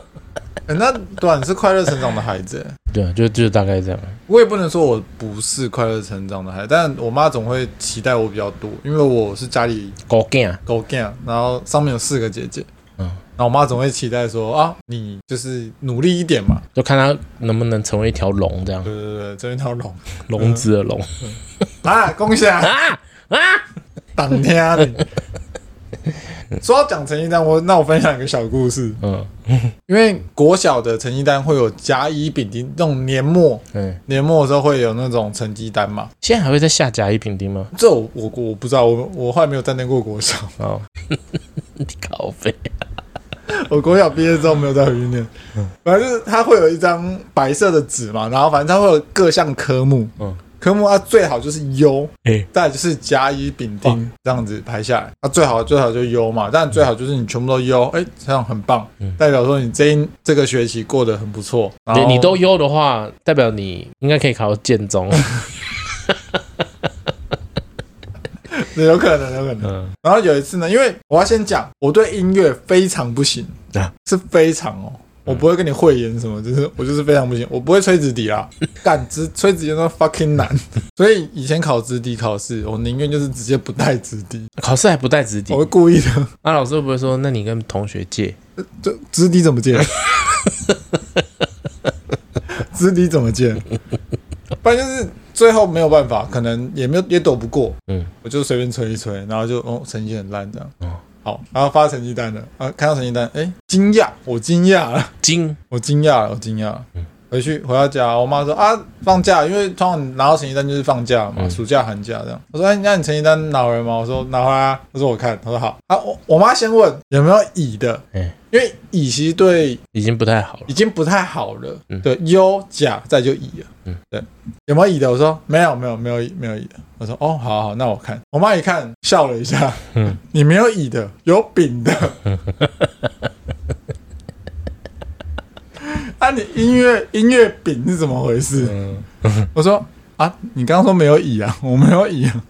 哎那对啊，你是快乐成长的孩子欸，
对，就就大概这样，
我也不能说我不是快乐成长的孩子，但我妈总会期待我比较多，因为我是家里
高干
狗 g 然后上面有四个姐姐，
嗯
嗯，然后我妈总会期待说啊，你就是努力一点嘛，
就看她能不能成为一条龙这样，
对对对，这一条龙
龙子的龙。
啊，恭喜啊，
啊啊！
当天啊
<laughs>
你。说到讲成绩单，我那我分享一个小故事，
嗯
因为国小的成绩单会有甲乙丙丁那种年末，
嗯，
年末的时候会有那种成绩单嘛，
现在还会再下甲乙丙丁吗？
这我我我不知道，我我后来没有担任过国小，
哦，你靠背
我国小毕业之后没有再回去念，
嗯
反正就是它会有一张白色的纸嘛，然后反正它会有各项科目，
嗯
科目啊最好就是优，
哎
再来就是甲乙丙
哇
丁这样子排下来，啊最好最好就优嘛，但最好就是你全部都优，哎、这样很棒，代表说你这一这个学期过得很不错，然后
嗯你你都优的话，代表你应该可以考到建 <laughs> 中。
<laughs> 有可能有可能。
嗯，
然后有一次呢，因为我要先讲，我对音乐非常不行，
啊
是非常哦。我不会跟你讳言什么，就是我就是非常不行，我不会吹直笛啦，干直吹直笛那 fucking 难，所以以前考直笛考试，我宁愿就是直接不带直笛，
考试还不带纸笛
我，会故意的，
那、老师会不会说，那你跟同学借？
这直笛怎么 <laughs> 借？直笛怎么借？ <laughs> 反正就是最后没有办法，可能也没有也躲不过，
嗯，
我就随便吹一吹，然后就哦成绩很烂这样，
哦
好，然后发成绩单了啊，看到成绩单，哎，惊讶，我惊讶了，
金
我惊讶了，我惊讶了。
嗯
回去回到家，我妈说啊，放假，因为通常拿到成绩单就是放假嘛，
嗯
暑假寒假这样。我说，哎，那你成绩单拿回来吗？我说拿回来、啊。她说我看，她说好。啊，我我妈先问有没有乙的，
嗯
因为乙其实对
已经不太好了
已。经不太好了。
嗯
对，优甲再就乙了。
嗯
嗯，对，有没有乙的？我说没有，没有，没有乙，没有乙的。我说哦，好好，那我看。我妈一看笑了一下，
嗯
你没有乙的，有丙的。
<laughs>
啊，你音乐音乐丙是怎么回事？
嗯，
<laughs> 我说啊，你刚刚说没有乙啊，我没有乙啊，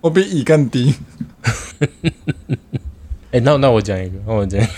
我比乙更低。
哎、那那我讲一个，那我讲一个。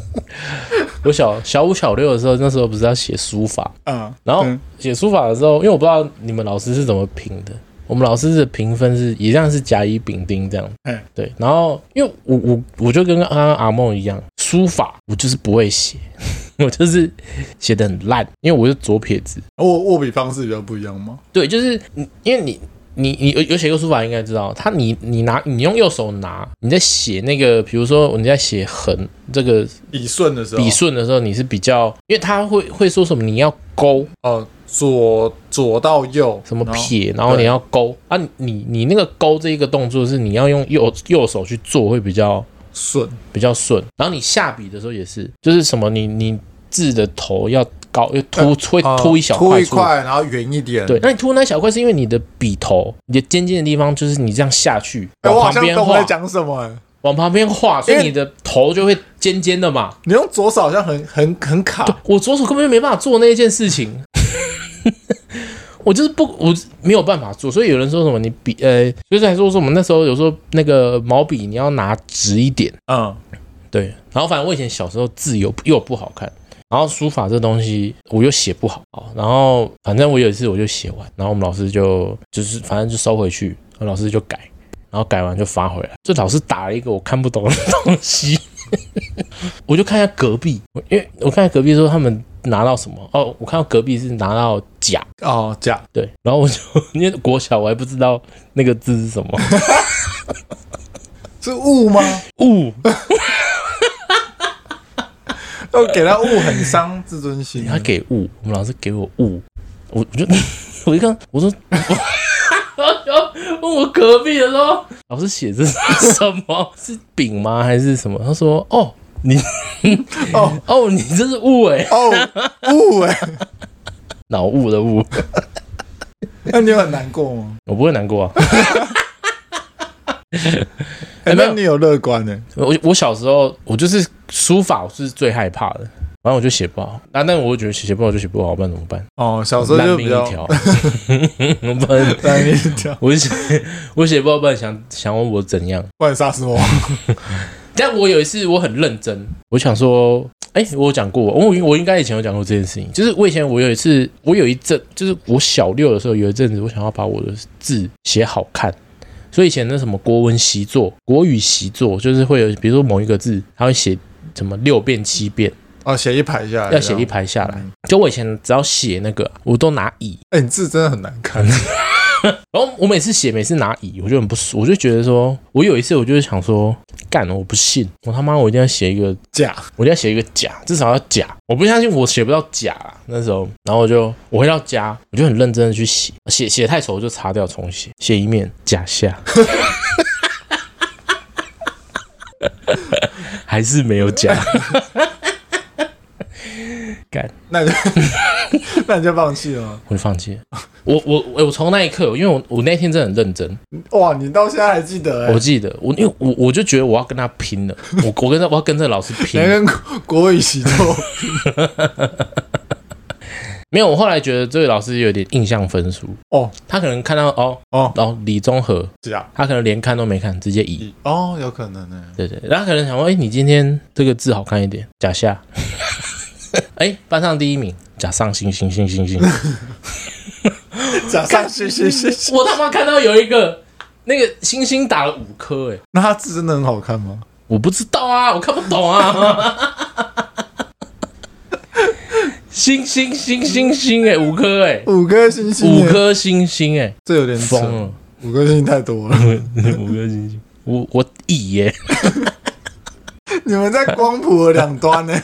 <laughs> 我小小五小六的时候，那时候不是要写书法，
嗯，
然后
嗯
写书法的时候，因为我不知道你们老师是怎么评的，我们老师的评分是一样是甲乙丙丁这样
嗯。
对，然后因为我我我就跟刚刚阿梦一样，书法我就是不会写， <laughs> 我就是写的很烂，因为我是左撇子。
握握笔方式比较不一样吗？
对，就是你，因为你。你你有有写过书法，应该知道，他你你拿你用右手拿，你在写那个，比如说你在写横这个
笔顺的时候，
笔顺的时候，你是比较，因为他会会说什么你要勾
哦，左左到右，
什么
然后
撇，然后你
对
要勾啊，你你那个勾这一个动作是你要用右右手去做会比较
顺，
比较顺，然后你下笔的时候也是，就是什么你你字的头要高，要突会
呃
凸一小
凸
块
一
出来。
块，然后圆一点。
对，，那你凸那小块是因为你的笔头，你的尖尖的地方，就是你这样下去
哎，我好
往旁
像
边
懂在
画，
讲什么、哎
往旁边画，所以
因为
你的头就会尖尖的嘛。
你用左手好像很很很卡，
我左手根本就没办法做那一件事情， <laughs> 我就是不，我没有办法做。所以有人说什么你笔，呃，就是还说什么那时候有说那个毛笔你要拿直一点，
嗯，
对。然后反正我以前小时候字又又不好看，然后书法这东西我又写不好，然后反正我有一次我就写完，然后我们老师就就是反正就收回去，然后老师就改。然后改完就发回来，这老师打了一个我看不懂的东西， <laughs> 我就看一下隔壁，我因为我看一下隔壁说他们拿到什么哦，我看到隔壁是拿到甲，
哦，假
对，然后我就 <laughs> 因为国小我还不知道那个字是什么， <laughs>
是雾吗？
物，
要给他雾很伤自尊心。
他给物，我们老师给我物，我我就 <laughs> 我一看，我说我我问我隔壁的说，老师写这是什么？是丙吗？还是什么？他说哦你 <laughs>
哦
哦你这是物哎、
哦雾哎，
脑雾的雾，
那你有很难过吗？
我不会难过啊。
哎、
哎没有
那你有乐观欸呢、
我我小时候我就是书法我是最害怕的，反正我就写不好。那、啊、但我觉得写不好就写不好，不然怎么办？
哦，小时候
烂
就
命
比较
一条， <laughs> 不然
烂命一条，
我写我写不好，不然想想问我怎样？
不然杀死我。
但我有一次我很认真，我想说，哎、我有讲过，我我应该以前有讲过这件事情，就是我以前我有一次，我有一阵，就是我小六的时候有一阵子，我想要把我的字写好看。所以以前那什么国文习作、国语习作，就是会有，比如说某一个字，他会写什么六遍、七遍，
哦，写一排下来，
要写一。排下来
嗯。
就我以前只要写那个，我都拿乙，
哎、你字真的很难看。
然后我每次写，每次拿乙，我就很不舒，我就觉得说，我有一次我就是想说，干，我不信，我他妈我一定要写一个
假，
我一定要写一个甲，至少要甲。我不相信我写不到甲啦，那时候，然后我就我回到家，我就很认真的去写，写写太丑我就擦掉重写，写一面甲下， <laughs> 还是没有甲。 <laughs> 干，
那你就 <laughs> 那你就放弃了吗？
我就放弃了。我我我我从那一刻，因为我我那天真的很认真，
哇，你到现在还记得、欸？
我记得我因为我我就觉得我要跟他拼了，我我跟他我要跟这个老师
<laughs>
拼
你还。跟国国语习作
没有，我后来觉得这位老师有点印象分数，
哦
他可能看到哦
哦
哦，李宗和，
假
他可能连看都没看，直接移。
哦，有可能呢、
对对，然后可能想说，哎，你今天这个字好看一点，假 <laughs> 下。哎，班上第一名，假上星星星星星。
假 <laughs> 上去去去去。
我他妈看到有一个那个星星打了五颗，哎，
那他字真的很好看吗？
我不知道啊，我看不懂啊。星星星星星，哎，五颗，哎，
五颗星星、
五
欸，，
颗星星，哎，
这有点扯
疯了。
五颗星星太多了。
五颗星星，我我乙耶、
<laughs> 你们在光谱的两端欸
<laughs>
呢、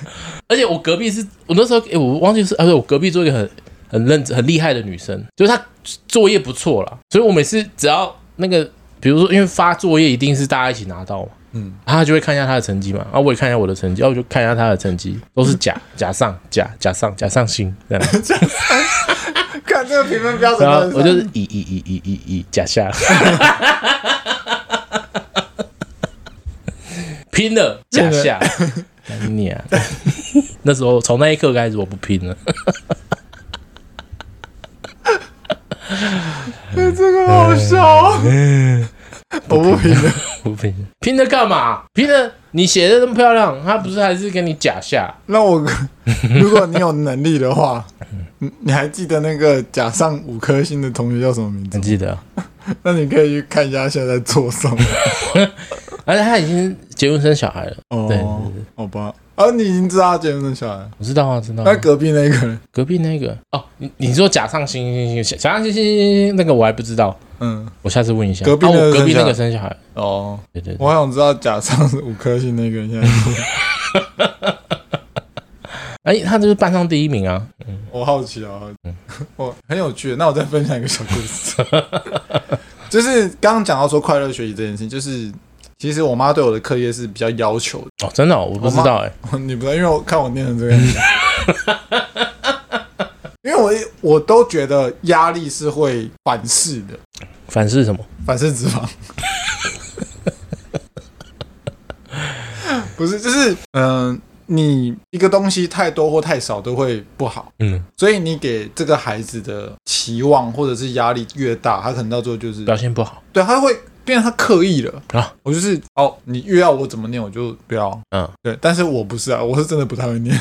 而且我隔壁是我那时候，诶我忘记是，而且我隔壁做一个很很认真、很厉害的女生，就是她作业不错啦，所以我每次只要那个，比如说因为发作业一定是大家一起拿到嘛，嗯
嗯，
她就会看一下她的成绩嘛，啊，我也看一下我的成绩，啊，我就看一下她的成绩，都是假假上假假上假上星这
<laughs>
样，
看这个评分标准
然后
真的
我就是以以以以以以假下， <laughs> 拼了假下，干你啊！ <laughs> 那时候从那一刻开始我不拼了。
<laughs>
<laughs>
这个好笑哦，我不评了，
不拼，拼了干嘛？拼了你写的那么漂亮，他不是还是给你假下？
那我
<laughs>
如果你有能力的话，你你还记得那个假上五颗星的同学叫什么名字
你
吗？
记得啊？
那你可以去看一下他现在在做什么。
而且哎他已经结婚生小孩了，对
哦
对，
好吧。啊，你已经知道他结婚生小孩了，
我知道啊，知道啊、
那隔壁那个人，
隔壁那个哦，你你说假上星星星，假上星星星星那个我还不知道，
嗯，
我下次问一下。
隔壁
啊
那个
我隔壁
生小
那
孩
个生小孩，
哦，
对对对，
我想知道假上是五颗星那个人现在 <laughs> 是，
哎，他就是班上第一名啊。
我好奇啊，我很有趣。那我再分享一个小故
<laughs>
事，就是刚刚讲到说快乐学习这件事情，就是其实我妈对我的课业是比较要求的
哦，真的哦、我不知道哎、
你不知道，因为我看我念成这个样
<laughs>
子。因为我一我都觉得压力是会反噬的，
反是什么？
反式脂肪。不是，就是嗯、你一个东西太多或太少都会不好，
嗯，
所以你给这个孩子的期望或者是压力越大，他可能到最后就是
表现不好
对，他会变成他刻意了
啊。
我就是哦，你越要我怎么念，我就不要。
嗯，
对，但是我不是啊，我是真的不太会
<laughs>
念。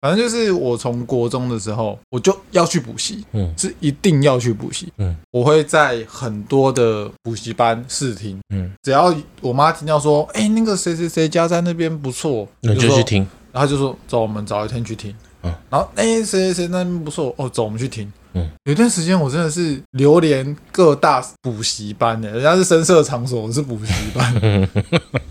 反正就是我从国中的时候，我就要去补习，
嗯
是一定要去补习，
嗯，
我会在很多的补习班试听，
嗯，
只要我妈听到说，哎、那个谁谁谁家在那边不错，
那你就
说
去，听。
然后就说走，我们找一天去听，
嗯，
然后哎谁谁谁那边不错，哦，走，我们去听。
嗯，
有一段时间我真的是流连各大补习班欸的、人家是深色场所，我是补习班，
<laughs> 嗯，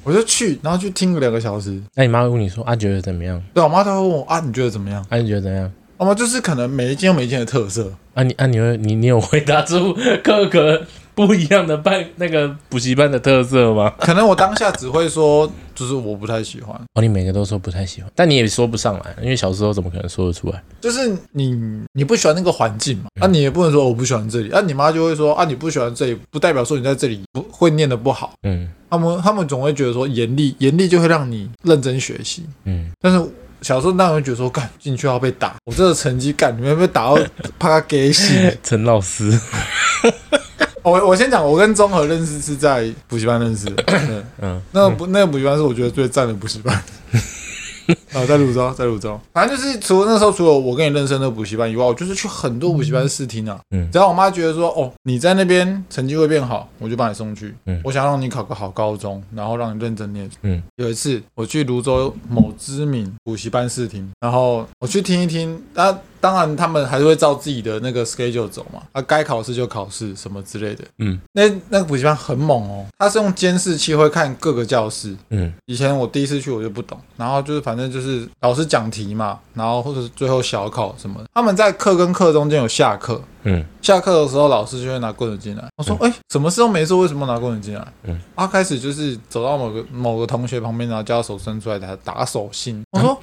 我就去，然后去听个两个小时。
那你妈会问你说啊，觉得怎么样？
对，我妈都会问我啊，你觉得怎么样？哦
啊，你觉得怎么样？
我妈就是可能每一间有每一间的特色，
啊你，啊你会你你有回答出各个不一样的班那个补习班的特色吗？
可能我当下只会说，就是我不太喜欢。
哦，你每个都说不太喜欢，但你也说不上来，因为小时候怎么可能说得出来？
就是你你不喜欢那个环境嘛，
嗯
啊，你也不能说我不喜欢这里，啊，你妈就会说啊，你不喜欢这里，不代表说你在这里不会念的不好。
嗯
他们他们总会觉得说严厉，严厉就会让你认真学习。
嗯，
但是小时候那人觉得说，干进去要被打，我这个成绩干，你们被打到怕他给洗。
<laughs> 陈老师，
我我先讲，我跟综合认识是在补习班认识的，对
嗯，
<laughs> 那个补那个补习班是我觉得最赞的补习
<laughs>
班。啊，在泸州，在泸州，反正就是除了那时候，除了我跟你认识的那个补习班以外，我就是去很多补习班试听啊。
嗯
只要我妈觉得说，哦，你在那边成绩会变好，我就把你送去。
嗯
我想让你考个好高中，然后让你认真念书。
嗯，
有一次我去泸州某知名补习班试听，然后我去听一听，那、当然他们还是会照自己的那个 schedule 走嘛，啊，该考试就考试什么之类的。
嗯
那那个补习班很猛哦，它是用监视器会看各个教室，
嗯
以前我第一次去我就不懂，然后就是反正就是老师讲题嘛，然后或者是最后小考什么的，他们在课跟课中间有下课，
嗯，
下课的时候老师就会拿棍子进来。我说，哎、什么事都没做，为什么拿棍子进来？
嗯，
他开始就是走到某个某个同学旁边，然后叫他手伸出来打打手
嗯
心。我说，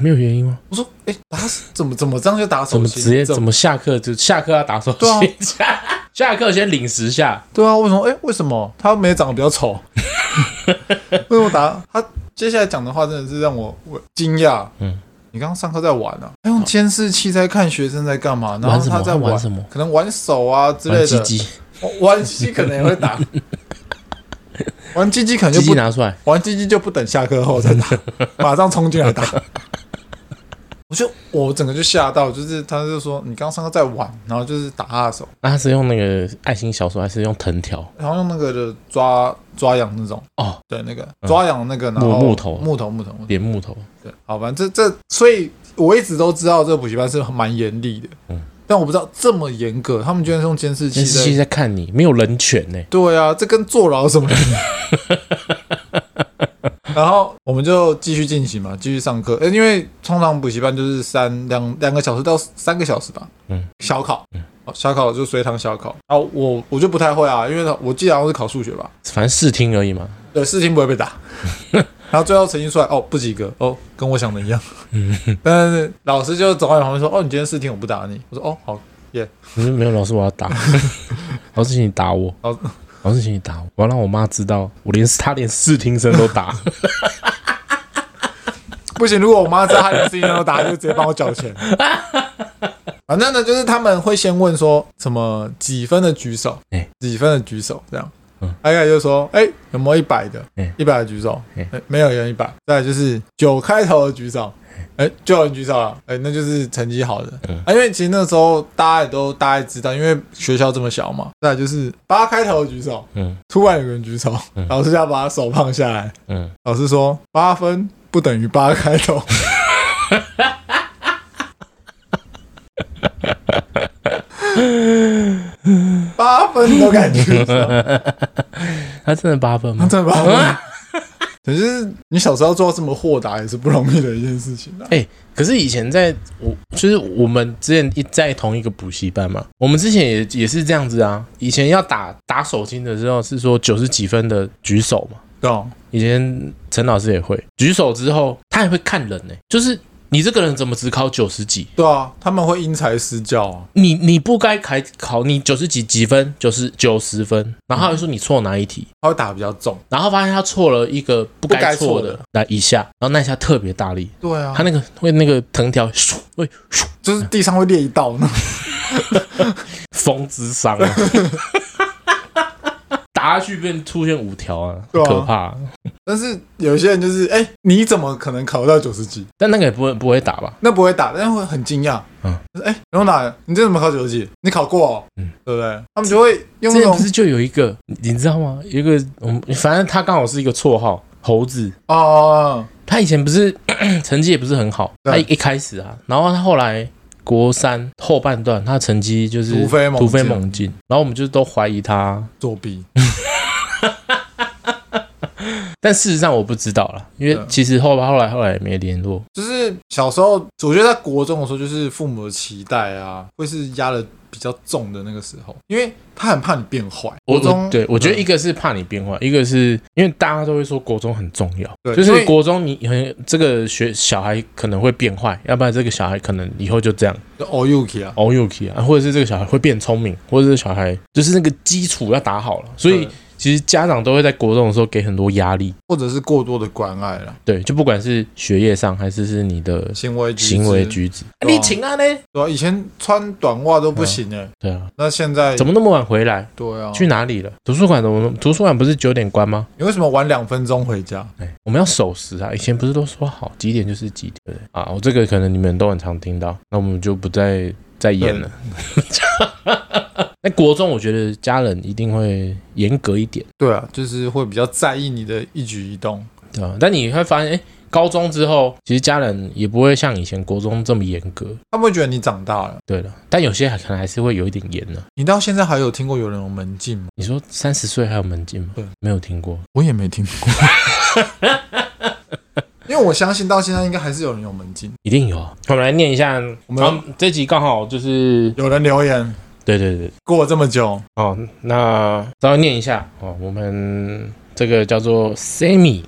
没有原因吗？
我说，哎、打怎么怎么这样就打
怎
手
么
心？
直接怎么下课就下课要打手
对啊
心？下 <laughs> 下课先领十下，
对啊，为什么？哎、为什么他没长得比较
<laughs>
丑？为什么打他？接下来讲的话真的是让我我惊讶。
嗯，
你刚刚上课在玩啊？他用监视器在看学生在干嘛，然
嗯玩
后
什
他
么？
在
他玩什么？
可能玩手啊之类
玩
的。
鸡鸡，
哦玩鸡鸡可能也会
<laughs>
打，玩鸡鸡可能就
鸡
不
鸡拿出来，
玩鸡鸡就不等下课后再
<laughs>
打，马上冲进来打。我就我整个就吓到，就是他就说你刚上课在玩，然后就是打他的手，
那啊他是用那个爱心小说还是用藤条？
然后用那个的抓抓痒那种
哦，
对，那个抓痒那个，然
木
后
木头
木头木头，木头
连木头，
对，好，反正这这，所以我一直都知道这个补习班是蛮严厉的，
嗯，
但我不知道这么严格，他们居然是用监视器
监视器
在，
在看你，没有人权呢。
对啊，这跟坐牢有什么两
<laughs>
样？然后我们就继续进行嘛，继续上课，呃因为通常补习班就是三两两个小时到三个小时吧，
嗯，
小考，嗯，小考就随堂小考，啊，我我就不太会啊，因为我记得好像是考数学吧，
反正试听而已嘛。
对，事情不会被打。 <laughs> 然后最后成绩出来，哦，不及格，哦，跟我想的一样。 <laughs> 但是老师就走到我旁边说，哦，你今天试听我不打你。我说，哦，好，
我说没有，老师我要 <laughs> 打，老师请你打我，
老
老师请你打我，我要让我妈知道，我连她连试听声都打。
不行，如果我妈知道他有事情要打，就直接帮我缴钱。反正呢，就是他们会先问说什么几分的举手，
哎
几分的举手这样。
嗯
大概就说，哎、有没有一百的
嗯？
一百的举手，
嗯
哎没有人一百。再来就是九开头的举手，哎、就有人举手了，哎、那就是成绩好的、
嗯
啊。因为其实那时候大家也都大概知道，因为学校这么小嘛。再来就是八开头的举手，
嗯
突然有个人举手，
嗯
老师要把他手放下来，
嗯，
老师说八分不等于八开
<laughs>
头。八分都敢举手，
<laughs> 他真的八分
那
吗？
真的八分。
啊
可是你小时候做到这么豁达，也是不容易的一件事情啊。
哎、可是以前在我就是我们之前一在同一个补习班嘛，我们之前也也是这样子啊。以前要打打手心的时候是说九十几分的举手嘛，
懂？
以前陈老师也会举手之后，他也会看人呢、就是你这个人怎么只考九十几？
对啊，他们会因材施教啊。
你你不该考考你九十几几分，九十九十分，然后他会说你错哪一题，
他会打比较重。
然后发现他错了一个不
不该
该
错
错
的
的，来一下，然后那一下特别大力，
对啊
他那个会那个藤条咻会咻
就是地上会裂一道呢。 <laughs>
风之伤啊，打下去变出现五条啊，
对啊
可怕、
但是有些人就是，哎、你怎么可能考到九十几？
但那个也不会不会打吧？
那不会打，但是会很惊讶。
嗯
嗯，哎、然后哪？你这怎么考九十几？你考过、哦，
嗯
嗯，对不对？他们就会用
之
那
前
种
不是就有一个，你你知道吗？有一个，嗯，反正他刚好是一个绰号，猴子。
哦，
他以前不是 <clears throat> 成绩也不是很好，
对
他一一开始啊，然后他后来国三后半段，他成绩就是
突飞猛进
突飞猛进，然后我们就都怀疑他，
作弊。
但事实上我不知道啦，因为
对
其实后后来后来也没联络，
就是小时候，我觉得在国中的时候，就是父母的期待啊，会是压的比较重的那个时候，因为他很怕你变坏。国
我我
中嗯
对我觉得一个是怕你变坏，一个是因为大家都会说国中很重要，
对
就
因
是
为
国中你很这个学小孩可能会变坏，要不然这个小孩可能以后就这样
哦 Yuki 啊，
all you k 啊，或者是这个小孩会变聪明，或者是这个小孩就是那个基础要打好了，所以
对
其实家长都会在国中的时候给很多压力，
或者是过多的关爱了，
对，就不管是学业上还是是你的
行为举止
行为，举止，
对啊
你请安呢？
对啊，以前穿短袜都不行哎、
对啊，
那现在
怎么那么晚回来？
对啊？
哦去哪里了？图书馆怎么？图书馆不是九点关吗？
你为什么晚两分钟回家？
哎，我们要守时啊！以前不是都说好几点就是几点对不对啊？我这个可能你们都很常听到，那我们就不再再演了。 <laughs> 那国中我觉得家人一定会严格一点。
对啊，就是会比较在意你的一举一动。
对啊，但你会发现，哎、高中之后，其实家人也不会像以前国中这么严格。
他们会觉得你长大了。
对了，但有些还可能还是会有一点严呢、
你到现在还有听过有人有门禁吗？
你说三十岁还有门禁吗？
对，
没有听过。
我也没听过， <laughs> 因为我相信到现在应该还是有人有门禁。
一定有啊。我们来念一下，我
们
这集刚好就是，
有人留言
对对对，
过了这么久，
哦，那稍微念一下哦，我们这个叫做 Sammy，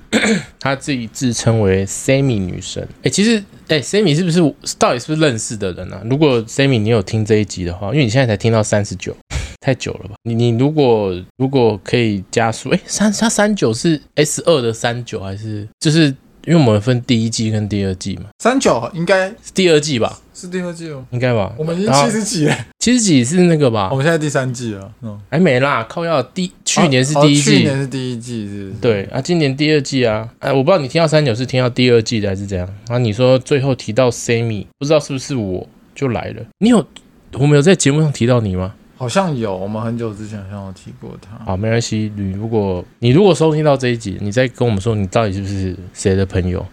她 <clears throat> 自己自称为 Sammy 女神。哎、其实哎、s a m m y 是不是到底是不是认识的人啊？如果 Sammy 你有听这一集的话，因为你现在才听到三十九。 <laughs> 太久了吧？你你如果如果可以加速，哎、三它三九是 S 二的三九还是就是因为我们分第一季跟第二季嘛，
三九应该
是第二季吧，
是第二季了。
应该吧？
我们已经
然后
七十几了，
七十几是那个吧
我？们现在第三季了。嗯，
还没啦，靠要第去年是第
哦
一季，
去年是第一季，是不是？
对啊，今年第二季啊，哎，我不知道你听到三九是听到第二季的还是怎样啊？你说最后提到 Sammy，不知道是不是我就来了？你有我们有在节目上提到你吗？
好像有，我们很久之前好像有提过他。
好，没关系，你如果你如果收听到这一集，你再跟我们说你到底是不是谁的朋友？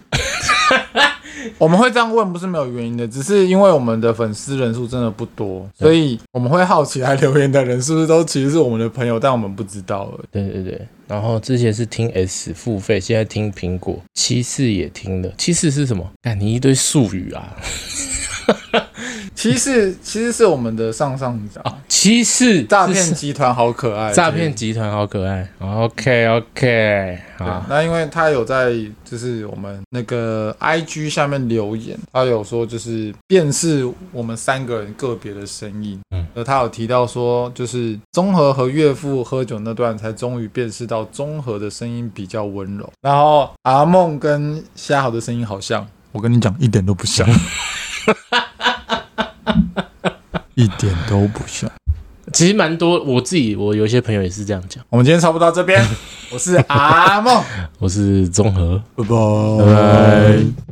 我们会这样问不是没有原因的，只是因为我们的粉丝人数真的不多，所以我们会好奇来留言的人是不是都其实是我们的朋友，但我们不知道而已。
对对对，然后之前是听 S 付费，现在听苹果，七四也听了，七四是什么？干你一堆术语啊！
其实其实是我们的上上家，
啊，七四
诈骗集团好可爱，
诈骗集团好可爱，OK OK
对
啊，
那因为他有在就是我们那个 I G 下面留言，他有说就是辨识我们三个人个别的声音，
嗯
嗯，而他有提到说就是综合和岳父喝酒那段才终于辨识到综合的声音比较温柔，然后阿梦跟虾豪的声音好像，我跟你讲一点都不
<laughs>
像，一点都不像。
其实蛮多，我自己我有一些朋友也是这样讲。
我们今天差不多到这边，我是阿梦，
我是综合，
拜
拜拜
拜。